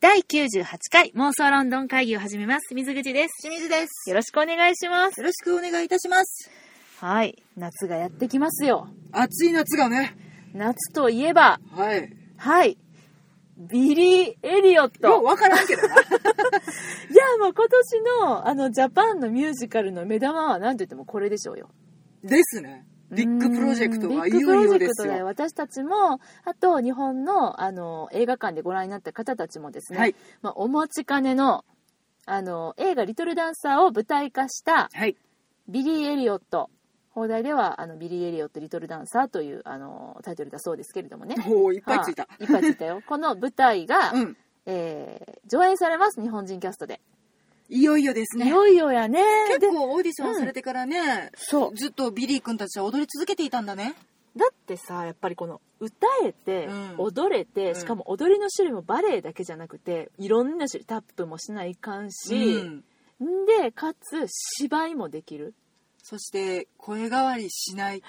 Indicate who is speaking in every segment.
Speaker 1: 第98回妄想ロンドン会議を始めます。水口です。
Speaker 2: 清水です。
Speaker 1: よろしくお願いします。
Speaker 2: よろしくお願いいたします。
Speaker 1: はい。夏がやってきますよ。
Speaker 2: 暑い夏がね。
Speaker 1: 夏といえば、
Speaker 2: はい。
Speaker 1: はい。ビリー・エリオット。いや
Speaker 2: よう、わからんけど な。
Speaker 1: もう今年の、あの、ジャパンのミュージカルの目玉は何と言ってもこれでしょうよ。
Speaker 2: ですね。ビッグプロジェクトはいよ
Speaker 1: ビ
Speaker 2: い
Speaker 1: ッグプロ
Speaker 2: よ
Speaker 1: ジェ
Speaker 2: で
Speaker 1: ク
Speaker 2: す
Speaker 1: トだよ
Speaker 2: よ。
Speaker 1: 私たちもあと日本のあの映画館でご覧になった方たちもですね、
Speaker 2: はい。
Speaker 1: まあ、お持ちかねのあの映画「リトルダンサー」を舞台化した
Speaker 2: はい。
Speaker 1: ビリー・エリオット放題ではあのビリー・エリオット・リトルダンサーというあのタイトルだそうですけれどもね。
Speaker 2: お ーいっぱいついた
Speaker 1: は。いっぱいついた よ。この舞台が、
Speaker 2: うん。
Speaker 1: えー上演されます、日本人キャストで。
Speaker 2: いよいよです
Speaker 1: い
Speaker 2: ね。
Speaker 1: よいよやね。で
Speaker 2: 結構オーディションされてからね、
Speaker 1: そう。
Speaker 2: ずっとビリー君たちは踊り続けていたんだね。
Speaker 1: だってさやっぱりこの歌えて、
Speaker 2: うん
Speaker 1: 踊れて
Speaker 2: うん
Speaker 1: しかも踊りの種類もバレエだけじゃなくていろんな種類タップもしないかん
Speaker 2: う
Speaker 1: し、
Speaker 2: ん。
Speaker 1: ん、でかつ芝居もできる
Speaker 2: そして、声変わりしない。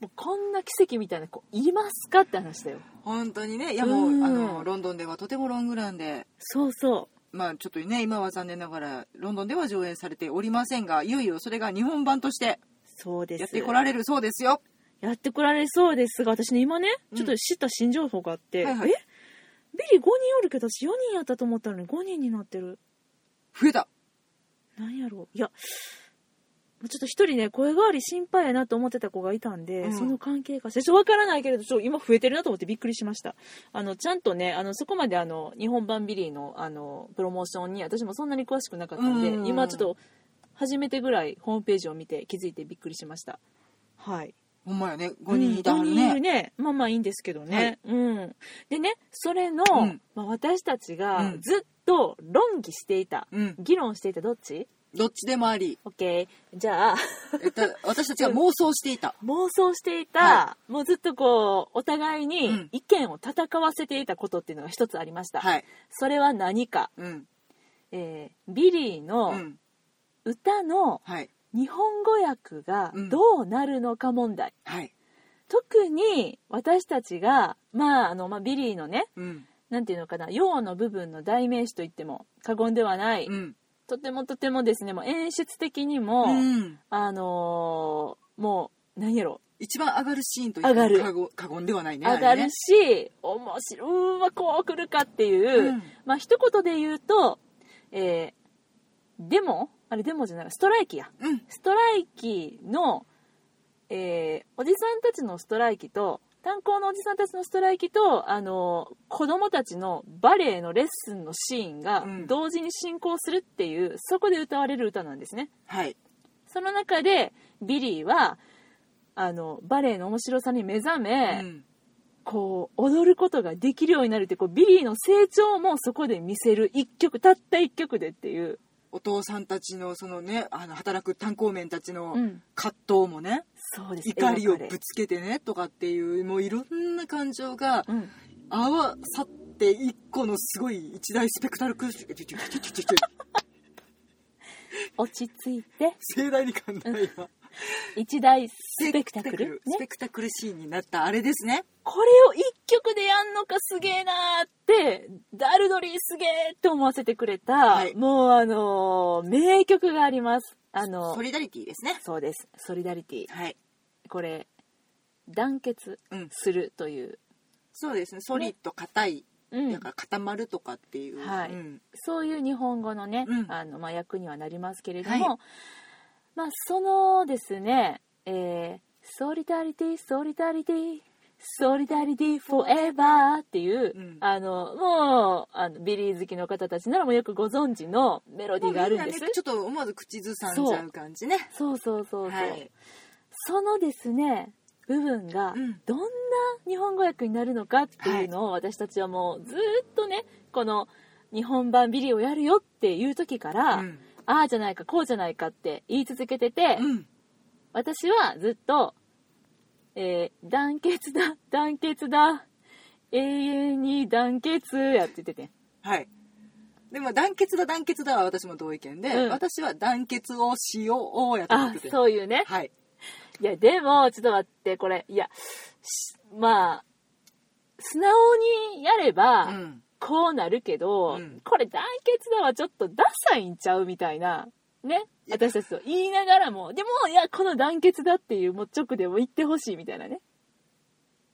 Speaker 1: もうこんな奇跡みたいな子いますかって話だよ
Speaker 2: 本当にね。いやもう、
Speaker 1: うん
Speaker 2: あの、ロンドンではとてもロングランで、
Speaker 1: そうそ
Speaker 2: まあちょっとね、今は残念ながら、ロンドンでは上演されておりませんが、いよいよそれが日本版として
Speaker 1: うそうで
Speaker 2: やってこられるそうですよ。
Speaker 1: やってこられそうですが私ね今ね
Speaker 2: うん
Speaker 1: ちょっと知った新情報があって、
Speaker 2: はいはい
Speaker 1: えビリ5人おるけど私4人やったと思ったのに5人になってる
Speaker 2: 増えた。
Speaker 1: なんやろういやちょっと一人ね声変わり心配やなと思ってた子がいたんで、
Speaker 2: うん
Speaker 1: その関係かしらちょっとわからないけれどちょっと今増えてるなと思ってびっくりしましたあのちゃんとねあのそこまであの日本版ビリーのあのプロモーションに私もそんなに詳しくなかったんで、
Speaker 2: うんうんうん
Speaker 1: 今ちょっと初めてぐらいホームページを見て気づいてびっくりしましたはい
Speaker 2: ほんまやね、5人いた
Speaker 1: うん
Speaker 2: は
Speaker 1: 五
Speaker 2: る
Speaker 1: 人いる
Speaker 2: ね。
Speaker 1: ねまあまあいいんですけどね、
Speaker 2: はい
Speaker 1: うんでねそれの、
Speaker 2: うん
Speaker 1: まあ、私たち
Speaker 2: う
Speaker 1: が
Speaker 2: ん
Speaker 1: ずっと論議していた、
Speaker 2: うん、
Speaker 1: 議論していたどっち
Speaker 2: どっちでもあり、
Speaker 1: オッケーじ ゃあ
Speaker 2: えっと、私たちは妄想していた。
Speaker 1: 妄想していた、
Speaker 2: は
Speaker 1: もうずっとこうお互いうに
Speaker 2: ん
Speaker 1: 意見を戦わせていたことっていうのが一つありました、
Speaker 2: はい。
Speaker 1: それは何か、
Speaker 2: うん。
Speaker 1: えービリー
Speaker 2: う
Speaker 1: の
Speaker 2: ん。
Speaker 1: 歌の
Speaker 2: はい。
Speaker 1: 日本語訳が
Speaker 2: うん
Speaker 1: どうなるのか問題、
Speaker 2: はい。
Speaker 1: 特に私たちがまああの、まあ、ビリーのね
Speaker 2: うん。
Speaker 1: なんていうのかな用の部分の代名詞といっても過言ではない、
Speaker 2: うん。
Speaker 1: とてもとてもですねもう演出的にも、
Speaker 2: うん。
Speaker 1: あのーもう何やろ
Speaker 2: 一番上がるシーンと言って
Speaker 1: 上がる
Speaker 2: 過言過言ではないね。
Speaker 1: 上が
Speaker 2: あれ
Speaker 1: る
Speaker 2: ね
Speaker 1: し、面白いうーわこう来るかっていう、
Speaker 2: うん
Speaker 1: まあ一言で言うと、えー、デモあれデモじゃないストライキや
Speaker 2: うん。
Speaker 1: ストライキの、えーおじさんたちのストライキと炭鉱のおじさんたちのストライキとあの子供たちのバレエのレッスンのシーンが
Speaker 2: うん
Speaker 1: 同時に進行するっていう、そこで歌われる歌なんですね
Speaker 2: はい。
Speaker 1: その中でビリーはあのバレエの面白さに目覚め、
Speaker 2: うん。
Speaker 1: こう踊ることができるようになるってこうビリーの成長もそこで見せる一曲たった一曲でっていう、
Speaker 2: お父さんたちのそのね、あの働く炭鉱面たちの
Speaker 1: うん
Speaker 2: 葛藤もね、
Speaker 1: そうです
Speaker 2: 怒りをぶ
Speaker 1: 描かれ
Speaker 2: つけてねとかっていう、もういろんな感情が
Speaker 1: うん、
Speaker 2: 合わさって一個のすごい一大スペクタルクッション。
Speaker 1: 落ち着いて
Speaker 2: 盛大に噛んだ今
Speaker 1: 一大スペクタクル
Speaker 2: ス
Speaker 1: ね
Speaker 2: ペクタクルシーンになったあれですね
Speaker 1: これを一曲でやんのかすげえなーってダルドリーすげえって思わせてくれた、
Speaker 2: はい
Speaker 1: もうあのー名曲がありますあの
Speaker 2: ソリダリティですね
Speaker 1: そうです「ソリダリティ
Speaker 2: はい、」
Speaker 1: これ団結
Speaker 2: うん、
Speaker 1: するという、
Speaker 2: そうですねソリッド硬い、
Speaker 1: うん
Speaker 2: だから固まるとかっていう、
Speaker 1: はい
Speaker 2: うん
Speaker 1: そういう日本語のね、
Speaker 2: うん
Speaker 1: あのまあ、役にはなりますけれども、
Speaker 2: はい
Speaker 1: まあ、そのですね、えーソリダリティ、ソリダリティ、ソリダリティフォーエバーっていう、
Speaker 2: うん
Speaker 1: あの、もう、あのビリー好きの方たちならもうよくご存知のメロディーがあるんです
Speaker 2: もうみなね。ちょっと思わず口ずさんじゃう感じね
Speaker 1: そうそうそうそう。
Speaker 2: はい
Speaker 1: そのですね、部分が
Speaker 2: うん、
Speaker 1: どんな日本語訳になるのかっていうのを私たちはもうずーっとね、この日本版ビリーをやるよっていう時から、
Speaker 2: うん
Speaker 1: ああじゃないかこうじゃないかって言い続けてて、
Speaker 2: うん
Speaker 1: 私はずっと、えー団結だ 団結だ永遠に団結やって言ってて
Speaker 2: はいでも団結だ団結だは私も同意見で、
Speaker 1: うん
Speaker 2: 私は団結をしようやって
Speaker 1: あ
Speaker 2: 言ってて
Speaker 1: そういうね
Speaker 2: はい
Speaker 1: いやでもちょっと待ってこれいやしまあ素直にやれば、
Speaker 2: うん
Speaker 1: こうなるけど、
Speaker 2: うん
Speaker 1: これ団結だはちょっとダサいんちゃうみたいな。ね。私たちと言いながらも、でも、いや、この団結だっていう、もう直でも言ってほしいみたいなね。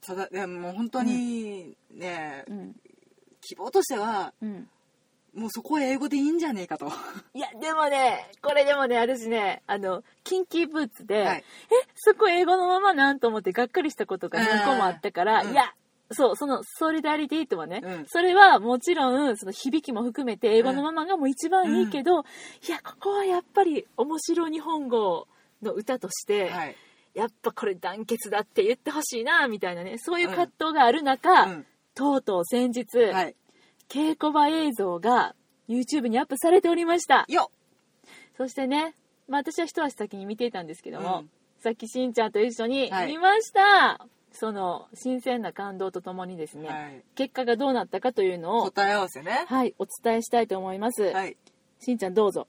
Speaker 2: ただでももう本当にね、
Speaker 1: うん。
Speaker 2: 希望としては
Speaker 1: うん。
Speaker 2: もうそこは英語でいいんじゃねえかと、
Speaker 1: いや、でもね、これでもね、私ね、あの、キンキーブーツで、
Speaker 2: はい
Speaker 1: そこ英語のままなんと思ってがっかりしたことが何個もあったから、
Speaker 2: うんうん
Speaker 1: いや、そう、その、ソリダリティとはね、
Speaker 2: うん
Speaker 1: それはもちろん、その響きも含めて英語のままがもう一番いいけど、いや、ここはやっぱり面白日本語の歌として、
Speaker 2: はい
Speaker 1: やっぱこれ団結だって言ってほしいな、みたいなね、そういう葛藤がある中、
Speaker 2: うん
Speaker 1: とうとう先日、
Speaker 2: はい、
Speaker 1: 稽古場映像が YouTube にアップされておりました。
Speaker 2: よ
Speaker 1: そしてね、まあ、私は一足先に見ていたんですけども、
Speaker 2: うん
Speaker 1: さっきしんちゃんと一緒に
Speaker 2: はい
Speaker 1: 見ました、その新鮮な感動とともにですね、
Speaker 2: はい
Speaker 1: 結果がどうなったかというのを、
Speaker 2: 答え合わせね
Speaker 1: はい、お伝えしたいと思います、
Speaker 2: はい
Speaker 1: しんちゃんどうぞ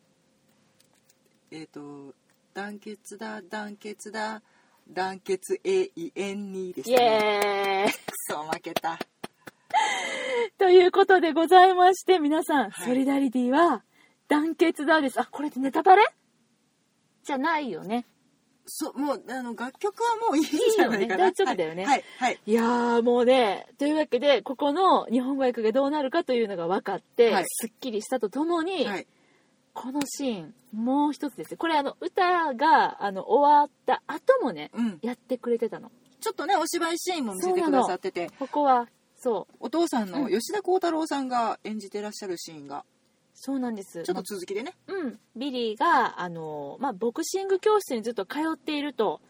Speaker 2: えっ、と団結だ団結だ団結永遠にです
Speaker 1: イ
Speaker 2: ね
Speaker 1: エーイ
Speaker 2: くそ負けた
Speaker 1: ということでございまして皆さん、
Speaker 2: はい
Speaker 1: ソリダリティは団結だですあこれってネタバレじゃないよね
Speaker 2: そうもうあの楽曲はもういいんじゃないかな。
Speaker 1: いいよ ね大丈夫だよね
Speaker 2: はいはい
Speaker 1: いやーもうねというわけでここの日本語訳がどうなるかというのが分かって、
Speaker 2: はい
Speaker 1: すっきりしたとともに、
Speaker 2: はいはい
Speaker 1: このシーンもう一つですねこれあの歌があの終わった後もね
Speaker 2: うん。
Speaker 1: やってくれてたの
Speaker 2: ちょっとねお芝居シーンも見せてくださってて、
Speaker 1: ここはそう
Speaker 2: お父さん
Speaker 1: う
Speaker 2: の
Speaker 1: ん
Speaker 2: 吉田鋼太郎さんが演じてらっしゃるシーンが
Speaker 1: そうなんです
Speaker 2: ちょっと続きでね。
Speaker 1: まうん、ビリーがあの、まあ、ボクシング教室にずっと通っていると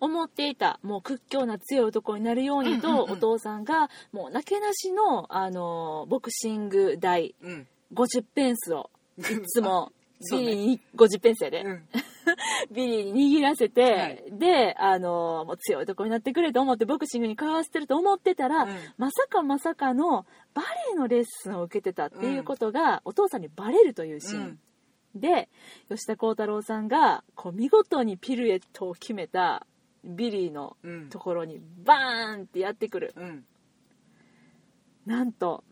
Speaker 1: 思っていたもう屈強な強い男になるようにと、
Speaker 2: うんうんうん
Speaker 1: お父さんがもうなけなしのあのボクシング代
Speaker 2: うんうん。
Speaker 1: 50ペンスを
Speaker 2: い
Speaker 1: いつ。も
Speaker 2: そう
Speaker 1: ビ
Speaker 2: ね
Speaker 1: リーに50ペンスやで、
Speaker 2: うん。
Speaker 1: ビリーに握らせて、
Speaker 2: はい
Speaker 1: で、あのもう強いとこになってくれと思ってボクシングに通わせてると思ってたら、
Speaker 2: うん
Speaker 1: まさかまさかのバレエのレッスンを受けてたっていうことが、お父さんにバレるというシーン、で吉田鋼太郎さんがこう見事にピルエットを決めたビリーの
Speaker 2: うん
Speaker 1: ところにバーンってやってくる
Speaker 2: うん。
Speaker 1: なんと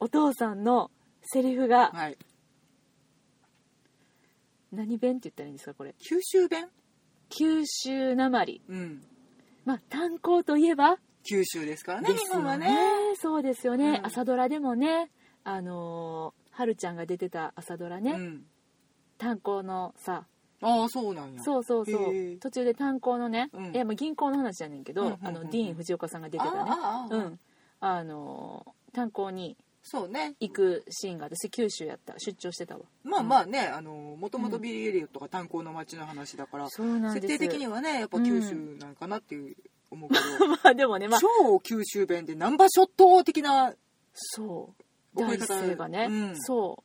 Speaker 1: お父さんのセリフが
Speaker 2: はい。
Speaker 1: 何弁って言ったらいいんですかこれ
Speaker 2: 九州弁？
Speaker 1: 九州なまり
Speaker 2: うん。
Speaker 1: まあ炭鉱といえば
Speaker 2: 九州ですからね
Speaker 1: です
Speaker 2: 日
Speaker 1: よ
Speaker 2: 本はね。
Speaker 1: そうですよね、
Speaker 2: うん
Speaker 1: 朝ドラでもねあのー、はるちゃんが出てた朝ドラ
Speaker 2: う
Speaker 1: ね、
Speaker 2: ん。
Speaker 1: 炭鉱のさ
Speaker 2: ああそうなんや。う。
Speaker 1: そうそうそ
Speaker 2: へ
Speaker 1: う
Speaker 2: え
Speaker 1: 途中で炭鉱のね、
Speaker 2: うん
Speaker 1: いやもう銀行の話じゃねんけど、
Speaker 2: うんうんうんうん
Speaker 1: あのディーン・藤岡さんが出て
Speaker 2: あ
Speaker 1: たね
Speaker 2: ああ
Speaker 1: う
Speaker 2: あ。
Speaker 1: んあのー炭鉱に
Speaker 2: そうね。
Speaker 1: 行くシーンが私九州やった出張してたわ
Speaker 2: まあまあねあのもともとビリーエリオットが炭鉱の町の話だから
Speaker 1: そうなん
Speaker 2: 設
Speaker 1: です
Speaker 2: 定的にはねやっぱ九州なんかなっていう思うけど。
Speaker 1: まあでもねまあ
Speaker 2: 超九州弁でナンバーショット的な
Speaker 1: そう
Speaker 2: 覚
Speaker 1: 第
Speaker 2: え
Speaker 1: 一
Speaker 2: 方
Speaker 1: 声がね、
Speaker 2: うん
Speaker 1: そう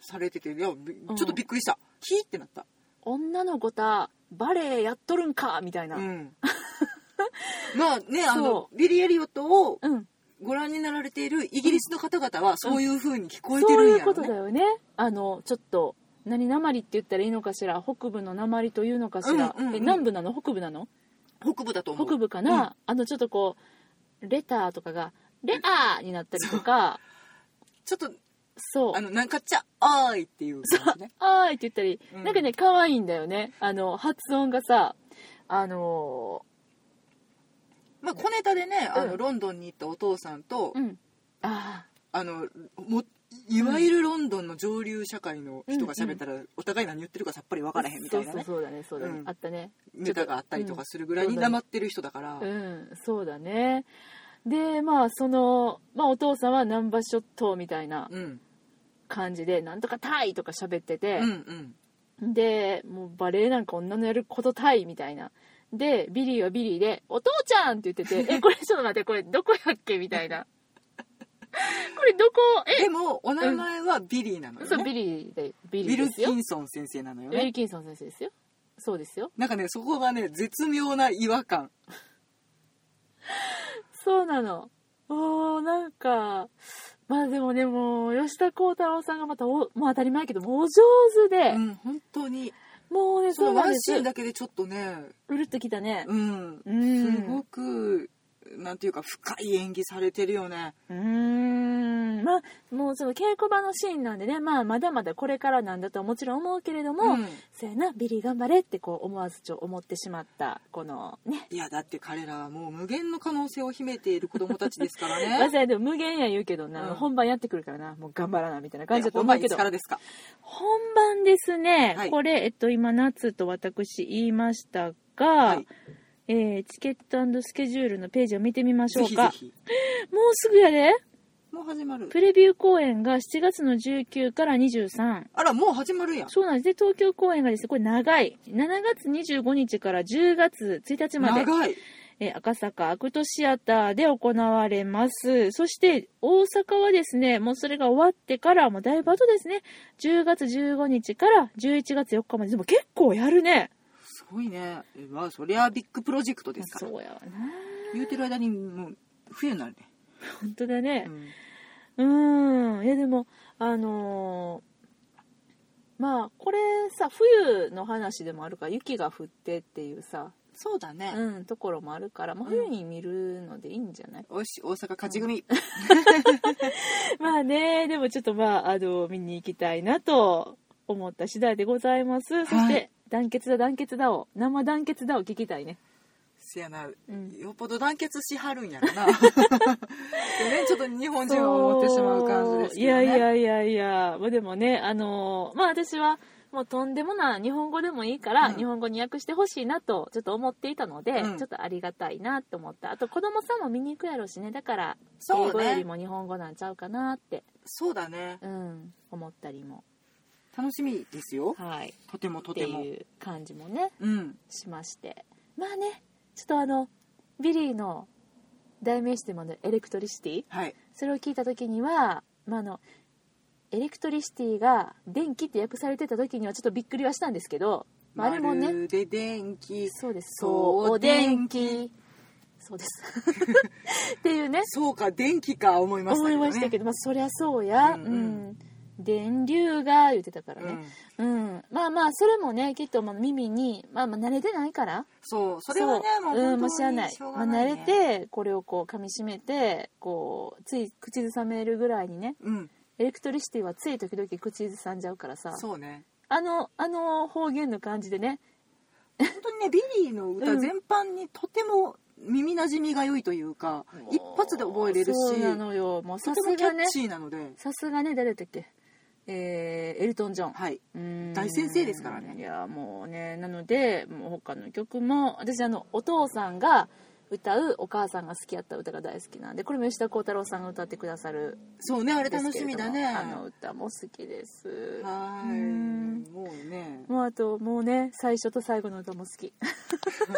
Speaker 2: されてていやびちょっとびっくりした、ヒーってなった、
Speaker 1: 女の子たバレエやっとるんかみたいな、
Speaker 2: うん、まあねあの
Speaker 1: そ
Speaker 2: ビリー・エリオットを
Speaker 1: うん、
Speaker 2: ご覧になられているイギリスの方々はそういう風に聞こえて
Speaker 1: そう
Speaker 2: るん
Speaker 1: いう
Speaker 2: やろ
Speaker 1: こと
Speaker 2: うね、
Speaker 1: だよねあのちょっと何鉛って言ったらいいのかしら北部の鉛というのかしら、
Speaker 2: うんうんうん
Speaker 1: え南部なの北部なの
Speaker 2: 北部だと思う
Speaker 1: 北部かな、あのちょっとこうレターとかが「レター」になったりと か
Speaker 2: ちょっと
Speaker 1: そう
Speaker 2: あのなんかちゃあーいっていう感 じね
Speaker 1: 「あーい」って言ったり、
Speaker 2: うん
Speaker 1: なんかね可愛いんだよねあの発音がさあの
Speaker 2: まあ小ネタでねあの、
Speaker 1: うん
Speaker 2: ロンドンに行ったお父さんと、
Speaker 1: ーうんあ
Speaker 2: あのもいわゆるロンドンの上流社会の人が喋ったら、お互い何言ってるかさっぱり分
Speaker 1: あ
Speaker 2: からへんみたいなね
Speaker 1: そうそうそうだねそうだね、
Speaker 2: うん
Speaker 1: あったね
Speaker 2: ネタがあったりとかするぐらいに黙ってる人だから、
Speaker 1: うんそうだねでまあその、まあ、お父さんはナンバーショットみたいな
Speaker 2: うん、
Speaker 1: 感じで「なんとかタイ!」とか喋ってて
Speaker 2: うん、うん
Speaker 1: でもうバレエなんか女のやることタイみたいなでビリーはビリーで「お父ちゃん!」って言 ってて「えこれちょっと待ってこれどこやっけ?」みたいな「これどこえ
Speaker 2: でもお名前はビリーなのよ、ね
Speaker 1: そうビリーでビ
Speaker 2: ウ
Speaker 1: リ
Speaker 2: ィ
Speaker 1: ー
Speaker 2: ル
Speaker 1: ですよ
Speaker 2: キ
Speaker 1: ウ
Speaker 2: ンソン先生なのよ
Speaker 1: ィル
Speaker 2: ね
Speaker 1: キンソン先生ですよそうですよ
Speaker 2: なんかねそこがね絶妙な違和感
Speaker 1: そうなのおーなんかまあでもねもう吉田鋼太郎さんがまたおもう当たり前やけどもうお上手で、
Speaker 2: うん本当に
Speaker 1: もうね
Speaker 2: そ
Speaker 1: そう
Speaker 2: の
Speaker 1: な
Speaker 2: ワ
Speaker 1: んで
Speaker 2: ンシ
Speaker 1: す
Speaker 2: ーンだけでちょっとね
Speaker 1: うるっときたね
Speaker 2: うん
Speaker 1: うん
Speaker 2: すごくなんていうか深い演技されてるよね
Speaker 1: うーんうんまあ、もうその稽古場のシーンなんでね、まあ、まだまだこれからなんだとはもちろん思うけれども、
Speaker 2: うん
Speaker 1: そうやなビリー頑張れってこう思わずちょ思ってしまったこのね
Speaker 2: いやだって彼らはもう無限の可能性を秘めている子供たちですから
Speaker 1: ま
Speaker 2: ね
Speaker 1: さにでも無限や言うけどな、
Speaker 2: うん
Speaker 1: 本番やってくるからなもう頑張らなみたいな感
Speaker 2: い
Speaker 1: じ
Speaker 2: や
Speaker 1: だと
Speaker 2: 本
Speaker 1: 思う
Speaker 2: 番
Speaker 1: け
Speaker 2: い
Speaker 1: ど
Speaker 2: つからですか
Speaker 1: 本番ですね、
Speaker 2: はい
Speaker 1: これ、えっと、今夏と私言いましたが、
Speaker 2: はい
Speaker 1: えーチケットスケジュールのページを見てみましょ
Speaker 2: ぜ
Speaker 1: う
Speaker 2: ひぜ
Speaker 1: か
Speaker 2: ひ
Speaker 1: もうすぐやで
Speaker 2: もう始まる
Speaker 1: プレビュー公演が7月の19から23
Speaker 2: あらもう始まるやん
Speaker 1: そうなんですで東京公演がですねこれ長い7月25日から10月1日まで
Speaker 2: 長い
Speaker 1: えー赤坂アクトシアターで行われます。そして大阪はですね、もうそれが終わってから、もうだいぶ後ですね、10月15日から11月4日まで、でも結構やるね。
Speaker 2: すごいねえまあそりゃビッグプロジェクトですか
Speaker 1: そ
Speaker 2: ら
Speaker 1: うやわな。
Speaker 2: 言うてる間にもう冬になるね、
Speaker 1: 本当だね
Speaker 2: う。ん
Speaker 1: うーん。いやでも、あのーまあこれさ冬の話でもあるから雪が降ってっていうさ、
Speaker 2: そうだね、
Speaker 1: うん、ところもあるから、まあ、冬に見るのでいいんじゃない、
Speaker 2: おし大阪勝ち組、
Speaker 1: まあね、でもちょっとまあ、あの、見に行きたいなと思った次第でございます。そして、
Speaker 2: はい
Speaker 1: 団結だ、団結だを、生団結だを聞きたいね。
Speaker 2: せやな、
Speaker 1: うん
Speaker 2: よっぽど団結しはるんや ろなでねちょっと日本人は思ってしまう感じですけど、ね、
Speaker 1: いやいやいやいや、まあでもね、あの、まあ私は、もうとんでもない日本語でもいいから、
Speaker 2: うん
Speaker 1: 日本語に訳してほしいなとちょっと思っていたので、
Speaker 2: うん
Speaker 1: ちょっとありがたいなと思ったあと子供さんも見に行くやろうしねだから
Speaker 2: そうね
Speaker 1: 英語よりも日本語なんちゃうかなって、
Speaker 2: そうだね
Speaker 1: うん、思ったりも
Speaker 2: 楽しみですよ
Speaker 1: はい
Speaker 2: とてもと
Speaker 1: って
Speaker 2: ても
Speaker 1: いう感じもね
Speaker 2: うん
Speaker 1: しましてまあねちょっとあのビリーの代名詞でもあるエレクトリシティ
Speaker 2: はい
Speaker 1: それを聞いた時には、まあ、あのエレクトリシティが電気って訳されてた時にはちょっとびっくりはしたんですけど、まあ、あれも
Speaker 2: ま
Speaker 1: ね
Speaker 2: るで電気
Speaker 1: そうです
Speaker 2: そう電
Speaker 1: 気そうですって いうね
Speaker 2: そうか電気か思いました
Speaker 1: 思い
Speaker 2: けど、ね、
Speaker 1: ましたけど、まあ、そりゃそうや、う
Speaker 2: うんんうん
Speaker 1: 電流が言ってたから
Speaker 2: うん
Speaker 1: ね、うん、まあまあそれもねきっとまあ耳に、まあ、まあ慣れてないから
Speaker 2: そうそれはねもう
Speaker 1: うん、
Speaker 2: 本
Speaker 1: もう知
Speaker 2: 当
Speaker 1: らな
Speaker 2: に
Speaker 1: い。
Speaker 2: しょう
Speaker 1: まあ、
Speaker 2: がない、
Speaker 1: 慣
Speaker 2: ね
Speaker 1: れて、これをこう噛み締めて、こう、つい口ずさめるぐらいにね、
Speaker 2: うん
Speaker 1: エレクトリシティはつい時々口ずさんじゃうからさ、
Speaker 2: そうね
Speaker 1: あの、あの方言の感じでね、
Speaker 2: 本当にねビリーの
Speaker 1: う
Speaker 2: 歌
Speaker 1: ん
Speaker 2: 全般にとても耳なじみが良いというか、一発で覚えれるし
Speaker 1: そうなのよ。もうさ
Speaker 2: とて
Speaker 1: す
Speaker 2: もキャ
Speaker 1: がね
Speaker 2: ッ、チーなので、
Speaker 1: さすがね、誰だったっけえーエルトン・ジョン。
Speaker 2: はい、
Speaker 1: うん
Speaker 2: 大先生ですからね
Speaker 1: いやもうねなのでもう他の曲も私あのお父さんが歌うお母さんが好きやった歌が大好きなんでこれも吉田鋼太郎さんが歌ってくださる
Speaker 2: そうねあれ
Speaker 1: です
Speaker 2: 楽
Speaker 1: け
Speaker 2: し
Speaker 1: れども
Speaker 2: みだね
Speaker 1: あの歌も好きです
Speaker 2: は
Speaker 1: う
Speaker 2: ー
Speaker 1: ん
Speaker 2: いもうね
Speaker 1: もうあともうね最初と最後の歌も好き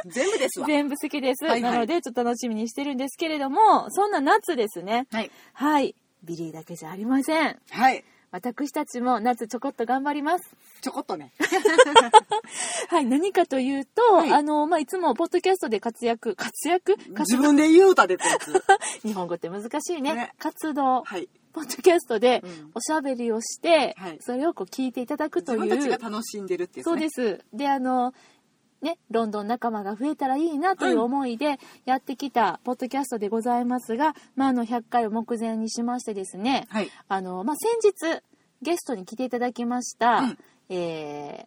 Speaker 2: 全部ですわ
Speaker 1: 全部好きです、
Speaker 2: はいはい
Speaker 1: なのでちょっと楽しみにしてるんですけれどもそんな夏ですね
Speaker 2: はい、
Speaker 1: はいビリーだけじゃありません
Speaker 2: はい、
Speaker 1: 私たちも夏ちょこっと頑張ります
Speaker 2: ちょこっとね
Speaker 1: はい、何かというと、
Speaker 2: はい
Speaker 1: あの、まあ、いつもポッドキャストで活躍、活躍活
Speaker 2: 自分で言うたでってや つ
Speaker 1: 日本語って難しいね。
Speaker 2: ね
Speaker 1: 活動、
Speaker 2: はい
Speaker 1: ポッドキャストで
Speaker 2: うん
Speaker 1: おしゃべりをして、
Speaker 2: はい
Speaker 1: それをこう聞いていただくと
Speaker 2: 自
Speaker 1: いう。
Speaker 2: 分たちが楽しんでるってやつ、ね、
Speaker 1: そうです。で、あの、ね、ロンドン仲間が増えたらいいなという思いでやってきたポッドキャストでございますが、まあ、あの、100回を目前にしましてですね、
Speaker 2: はい
Speaker 1: あの、まあ、先日ゲストに来ていただきました、
Speaker 2: うん
Speaker 1: えー、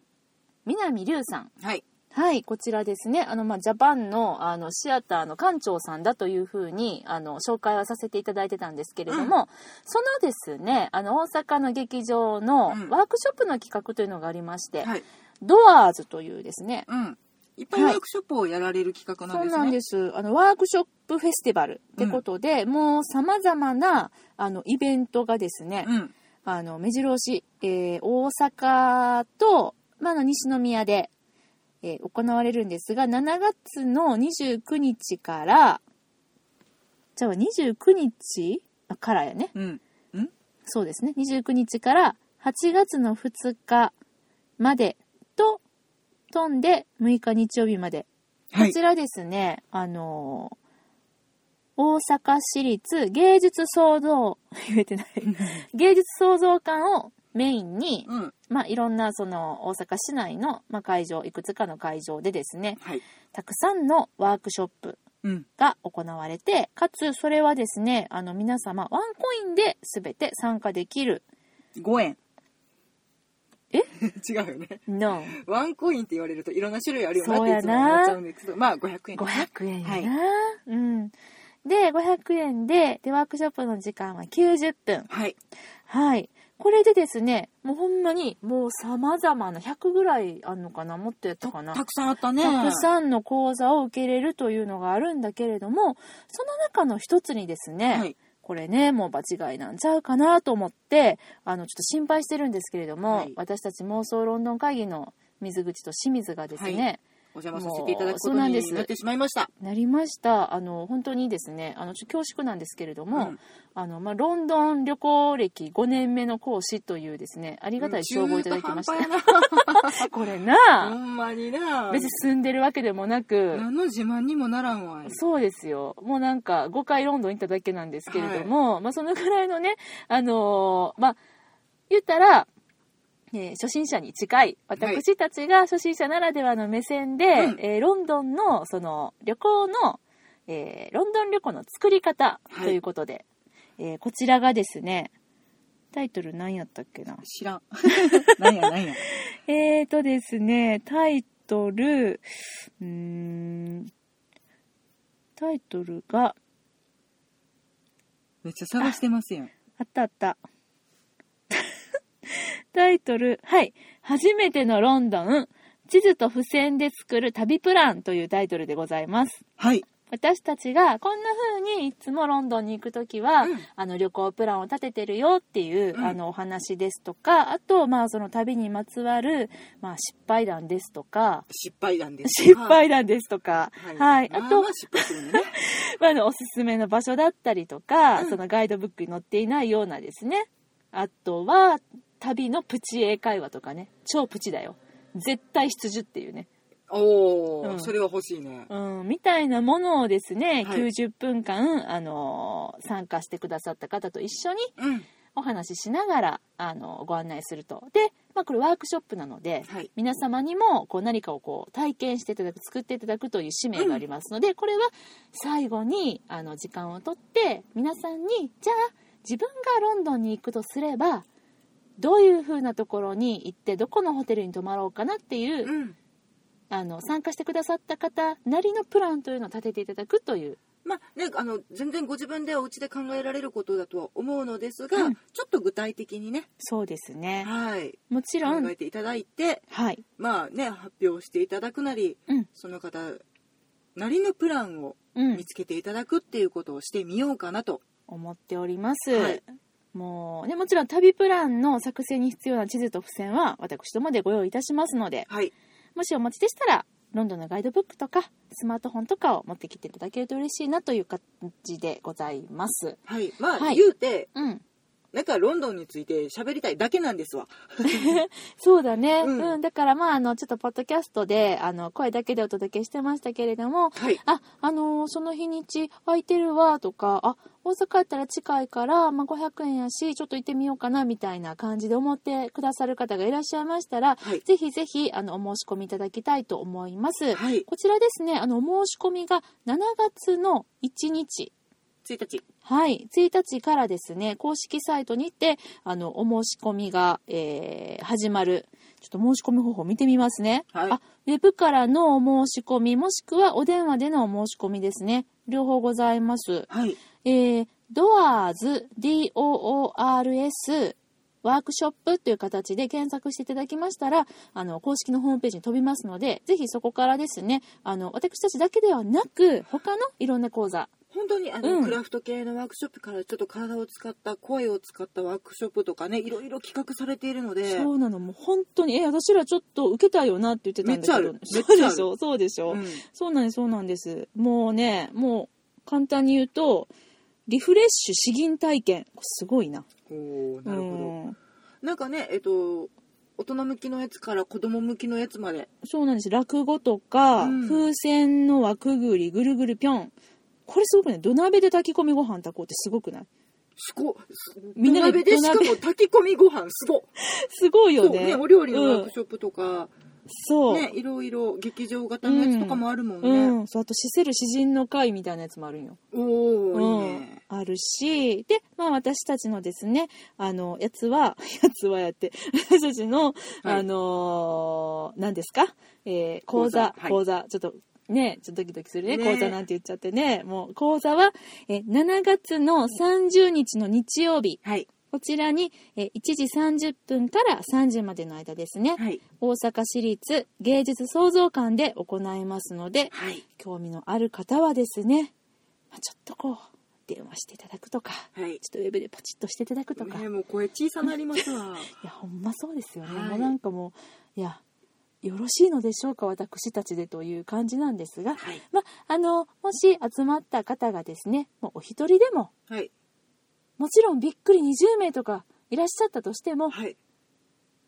Speaker 1: 南龍さん。
Speaker 2: はい
Speaker 1: はい、こちらですね。あの、まあ、ジャパンの、あの、シアターの館長さんだというふうに、あの、紹介はさせていただいてたんですけれども、そのですね、あの、大阪の劇場の
Speaker 2: うん
Speaker 1: ワークショップの企画というのがありまして、
Speaker 2: はい
Speaker 1: ドアーズというですね、
Speaker 2: うんいっぱいワークショップをやられる企画な
Speaker 1: そうん
Speaker 2: ですね
Speaker 1: なんです。あの、ワークショップフェスティバルってことで、もう様々な、あの、イベントがですね、
Speaker 2: うん
Speaker 1: あの、目白押し、えー大阪と、まあ、あの西宮で、えー行われるんですが、7月の29日から、じゃあ29日あからやね。
Speaker 2: うん
Speaker 1: そうですね。29日から8月の2日までと、飛んで6日日曜日まで。
Speaker 2: は
Speaker 1: こちらですね、あのー大阪市立芸術創造、 言えてない。芸術創造館をメインに、
Speaker 2: うん
Speaker 1: まあ、いろんなその大阪市内の、まあ、会場いくつかの会場でですね
Speaker 2: はい
Speaker 1: たくさんのワークショップ
Speaker 2: うん
Speaker 1: が行われてかつそれはですねあの皆様ワンコインで全て参加できる
Speaker 2: 5円
Speaker 1: え
Speaker 2: 違うよね
Speaker 1: の
Speaker 2: ワンコインって言われるといろんな種類あるよなっ
Speaker 1: そう
Speaker 2: て
Speaker 1: や
Speaker 2: いつも思
Speaker 1: な
Speaker 2: っちゃうんですけどまあ500円
Speaker 1: 500円やな、
Speaker 2: はい
Speaker 1: うんで500円ででワークショップの時間は90分
Speaker 2: はい
Speaker 1: はいこれでですねもうほんまにもうさまざまな100ぐらいあんのかなもっとやった
Speaker 2: た
Speaker 1: かな
Speaker 2: たくさんあったね
Speaker 1: たくさんの講座を受けれるというのがあるんだけれどもその中の一つにですね、
Speaker 2: はい
Speaker 1: これねもう場違いなんちゃうかなと思ってあのちょっと心配してるんですけれども、
Speaker 2: はい
Speaker 1: 私たち妄想ロンドン会議の水口と清水がですね、
Speaker 2: はお邪魔させていただくこと
Speaker 1: もう
Speaker 2: になってしまいました
Speaker 1: なりましたあの本当にですねあのちょっと恐縮なんですけれども、
Speaker 2: うん
Speaker 1: あのまあ、ロンドン旅行歴5年目の講師というですねありがたい称号をいただきました、
Speaker 2: 中途半端
Speaker 1: これな
Speaker 2: やなほんまにな
Speaker 1: 別に住んでるわけでもなく、
Speaker 2: 何の自慢にもならんわい
Speaker 1: そうですよもうなんか5回ロンドン行っただけなんですけれども、まあ、そのぐらいのねあのーまあ言ったら、えー初心者に近い私たちが初心者ならではの目線で、
Speaker 2: うん
Speaker 1: えーロンドンのその旅行の、えーロンドン旅行の作り方
Speaker 2: はい
Speaker 1: ということで、えーこちらがですねタイトル何やったっけな
Speaker 2: 知らん なんやなんや
Speaker 1: えーとですね、タイトル、うーん、タイトルが、
Speaker 2: めっちゃ探してますやん
Speaker 1: あったあった。 タイトル、はい、初めてのロンドン、地図と付箋で作る旅プランというタイトルでございます。
Speaker 2: はい
Speaker 1: 私たちがこんな風にいつもロンドンに行く時は、
Speaker 2: うん
Speaker 1: あの旅行プランを立ててるよっていう、
Speaker 2: うん
Speaker 1: あのお話ですとかあとまあその旅にまつわる、まあ、失敗談ですとか、
Speaker 2: 失敗談です
Speaker 1: 失敗談ですとか、
Speaker 2: は、
Speaker 1: はいい、
Speaker 2: ま
Speaker 1: あ
Speaker 2: ま
Speaker 1: と、
Speaker 2: 失敗する のね
Speaker 1: まあ、あのおすすめの場所だったりとか、
Speaker 2: うん
Speaker 1: そのガイドブックに載っていないようなですね、あとは旅のプチ英会話とかね、超プチだよ。絶対必需っていうね、
Speaker 2: おお、
Speaker 1: うん
Speaker 2: それは欲しいね
Speaker 1: うん、みたいなものをですね、
Speaker 2: はい
Speaker 1: 90分間、あのー参加してくださった方と一緒に
Speaker 2: うん
Speaker 1: お話ししながら、あのーご案内すると。で、まあ、これワークショップなので、
Speaker 2: はい
Speaker 1: 皆様にもこう何かをこう体験していただく作っていただくという使命がありますので、これは最後にあの時間をとって皆さんにじゃあ自分がロンドンに行くとすればどういう風なところに行ってどこのホテルに泊まろうかなっていう、
Speaker 2: うん
Speaker 1: あの参加してくださった方なりのプランというのを立てていただくという
Speaker 2: まあね、あの全然ご自分でお家で考えられることだとは思うのですが、
Speaker 1: うん
Speaker 2: ちょっと具体的にね、
Speaker 1: そうですね
Speaker 2: はい、
Speaker 1: もちろ
Speaker 2: 考
Speaker 1: ん
Speaker 2: えていただいて、
Speaker 1: はい、
Speaker 2: まあね、発表していただくなり、
Speaker 1: うん
Speaker 2: その方なりのプランを
Speaker 1: うん
Speaker 2: 見、つけていただくっていうことをしてみようかなと、
Speaker 1: 思っております、
Speaker 2: はい
Speaker 1: もうねもちろん旅プランの作成に必要な地図と付箋は私どもでご用意いたしますので
Speaker 2: はい、
Speaker 1: もしお持ちでしたらロンドンのガイドブックとかスマートフォンとかを持ってきていただけると嬉しいなという感じでございます
Speaker 2: はい、まあ、
Speaker 1: はい
Speaker 2: 言うて、
Speaker 1: うん
Speaker 2: なんかロンドンについて喋りたいだけなんですわ。
Speaker 1: そうだね、
Speaker 2: う
Speaker 1: うんんだからまああのちょっとポッドキャストであの声だけでお届けしてましたけれども
Speaker 2: はい、
Speaker 1: ああのーその日にち空いてるわとかあ大阪やったら近いから、まあ、500円やしちょっと行ってみようかなみたいな感じで思ってくださる方がいらっしゃいましたら、
Speaker 2: はい
Speaker 1: ぜひぜひあのお申し込みいただきたいと思います、
Speaker 2: はい、
Speaker 1: こちらですねあのお申し込みが7月の1日
Speaker 2: 1日、
Speaker 1: はい、1日からですね公式サイトにてあのお申し込みが、えー始まるちょっと申し込み方法見てみますね、
Speaker 2: はい
Speaker 1: あウェブからのお申し込みもしくはお電話でのお申し込みですね両方ございます
Speaker 2: はい、
Speaker 1: えー、DOORS D-O-O-R-S ワークショップという形で検索していただきましたらあの公式のホームページに飛びますのでぜひそこからですねあの私たちだけではなく他のいろんな講座
Speaker 2: 本当にあの、
Speaker 1: うん
Speaker 2: クラフト系のワークショップからちょっと体を使った声を使ったワークショップとかねいろいろ企画されているので
Speaker 1: そうなのもう本当にえ私らちょっと受けたいよなって言ってたんだけど
Speaker 2: めっちゃある
Speaker 1: そう
Speaker 2: めっちゃあ
Speaker 1: で
Speaker 2: る
Speaker 1: しょそうでしょ、
Speaker 2: うん
Speaker 1: そうなんですそうなんですもうねもう簡単に言うとリフレッシュ詩吟体験これすごいな
Speaker 2: おーなるほ
Speaker 1: うん
Speaker 2: どなんかねえっと大人向きのやつから子供向きのやつまで
Speaker 1: そうなんです落語とか、
Speaker 2: うん
Speaker 1: 風船の輪くぐりぐるぐるぴょんこれすごくない土鍋で炊き込みご飯炊こうってすごくない
Speaker 2: すごす
Speaker 1: みんなで
Speaker 2: 土鍋
Speaker 1: 土
Speaker 2: でしか
Speaker 1: 鍋
Speaker 2: も炊き込みご飯すご
Speaker 1: すごい
Speaker 2: そ
Speaker 1: よ
Speaker 2: うね
Speaker 1: ね
Speaker 2: お料理のワー
Speaker 1: う
Speaker 2: ク
Speaker 1: ん
Speaker 2: ショップとか、
Speaker 1: そう、
Speaker 2: ねいろいろ劇場型のやつとかもあるもんね、
Speaker 1: うん、そうあと「死せる詩人の会」みたいなやつもあるんよ。
Speaker 2: おおいいね、
Speaker 1: あるしで、まあ、私たちのですねあのやつは やつはやって私たちの、
Speaker 2: はい
Speaker 1: あのー何ですか、えー講座
Speaker 2: 講座は
Speaker 1: 講座,、
Speaker 2: い
Speaker 1: ちょっとねちょっとドキドキするね
Speaker 2: ね
Speaker 1: 講座なんて言っちゃってねもう講座は、えー7月の30日の日曜日
Speaker 2: はい
Speaker 1: こちらに、えー1時30分から3時までの間ですね、
Speaker 2: はい
Speaker 1: 大阪市立芸術創造館で行いますので
Speaker 2: はい
Speaker 1: 興味のある方はですね、まあ、ちょっとこう電話していただくとか
Speaker 2: はい
Speaker 1: ちょっとウェブでポチッとしていただくとか、
Speaker 2: ね
Speaker 1: い
Speaker 2: もう声小さなりま すわ
Speaker 1: やほんまそうですよね、
Speaker 2: はい
Speaker 1: もうなんかもういやよろしいのでしょうか私たちでという感じなんですが、
Speaker 2: はい
Speaker 1: まああのもし集まった方がですねもうお一人でも
Speaker 2: はい
Speaker 1: もちろんびっくり20名とかいらっしゃったとしても、
Speaker 2: はい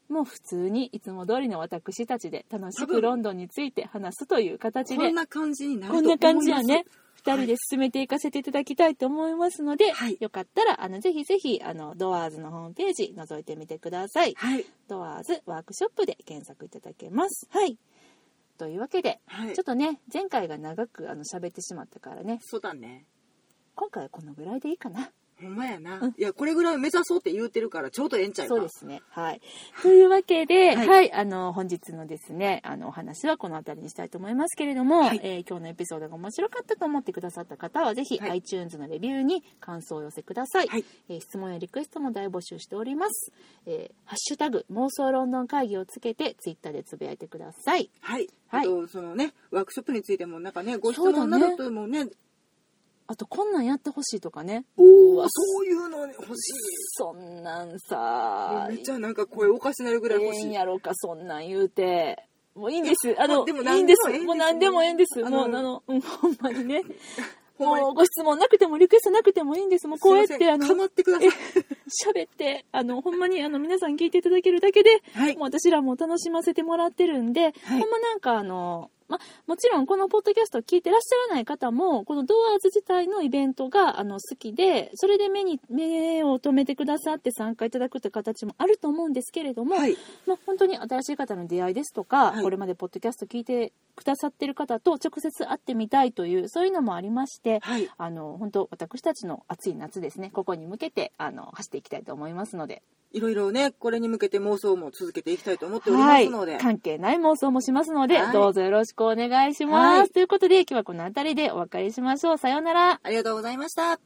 Speaker 1: もう普通にいつも通りの私たちで楽し
Speaker 2: 多
Speaker 1: く
Speaker 2: 分
Speaker 1: ロンドンについて話すという形
Speaker 2: こ
Speaker 1: で
Speaker 2: んな感じにな
Speaker 1: こん
Speaker 2: ると思い
Speaker 1: な
Speaker 2: ます
Speaker 1: 感じはね、二
Speaker 2: はい
Speaker 1: 人で進めていかせていただきたいと思いますので、
Speaker 2: はい
Speaker 1: よかったら、あの、ぜひぜひ、あの、ドアーズのホームページ覗いてみてください。
Speaker 2: はい
Speaker 1: ドアーズワークショップで検索いただけます。はい。というわけで、
Speaker 2: はい
Speaker 1: ちょっとね、前回が長くあの喋ってしまったからね、
Speaker 2: そうだね
Speaker 1: 今回はこのぐらいでいいかな。
Speaker 2: ほんまやな、
Speaker 1: うん
Speaker 2: いやこれぐらい目指そうって言うてるからちょうどええんちゃうか
Speaker 1: そうですね。はい。というわけで、は、
Speaker 2: はいい
Speaker 1: あの、本日のですね、あの、お話はこの辺りにしたいと思いますけれども、
Speaker 2: はい
Speaker 1: えー今日のエピソードが面白かったと思ってくださった方は、ぜひ、
Speaker 2: はい
Speaker 1: iTunes のレビューに感想をお寄せください。
Speaker 2: はい
Speaker 1: えー質問やリクエストも大募集しております。えーハッシュタグ、妄想ロンドン会議をつけて、Twitter でつぶやいてください。
Speaker 2: はい、
Speaker 1: はい
Speaker 2: あとそのねワークショップについてもなんかねご質
Speaker 1: そうだ
Speaker 2: 問
Speaker 1: ね
Speaker 2: などともね
Speaker 1: あと、こんなんやってほしいとかね。
Speaker 2: お
Speaker 1: うわ
Speaker 2: おそういうの欲し
Speaker 1: そんなん
Speaker 2: い
Speaker 1: さ、
Speaker 2: めっちゃなんか声おかしなるぐらい欲
Speaker 1: え
Speaker 2: し
Speaker 1: えん
Speaker 2: い
Speaker 1: やろかそんなん言うてもういいんですあの
Speaker 2: でも
Speaker 1: いいんです
Speaker 2: 何でもええんで
Speaker 1: も
Speaker 2: す
Speaker 1: う何でもええんです
Speaker 2: あ
Speaker 1: も
Speaker 2: の
Speaker 1: うあの、うん、ほんまにね
Speaker 2: ほんまに
Speaker 1: もうご質問なくてもリクエストなくてもいいんですもうこうやっ
Speaker 2: すい
Speaker 1: てあ
Speaker 2: ま
Speaker 1: の
Speaker 2: せん構ってください
Speaker 1: 喋ってあのほんまにあの皆さん聞いていただけるだけで、
Speaker 2: はい
Speaker 1: もう私らも楽しませてもらってるんで、
Speaker 2: はい
Speaker 1: ほんまなんかあのまもちろんこのポッドキャストを聞いてらっしゃらない方もこのドアーズ自体のイベントがあの好きでそれで目に目を留めてくださって参加いただくって形もあると思うんですけれども、
Speaker 2: はい
Speaker 1: まあ、本当に新しい方の出会いですとか、
Speaker 2: はい
Speaker 1: これまでポッドキャスト聞いてくださってる方と直接会ってみたいというそういうのもありまして、
Speaker 2: はい
Speaker 1: あの本当私たちの暑い夏ですねここに向けてあの走っていきたいと思いますので
Speaker 2: いろいろねこれに向けて妄想も続けていきたいと思っておりますので、
Speaker 1: 関係ない妄想もしますので、
Speaker 2: はい
Speaker 1: どうぞよろしくお願いします、
Speaker 2: はい
Speaker 1: ということで今日はこの辺りでお別れしましょうさようなら
Speaker 2: ありがとうございました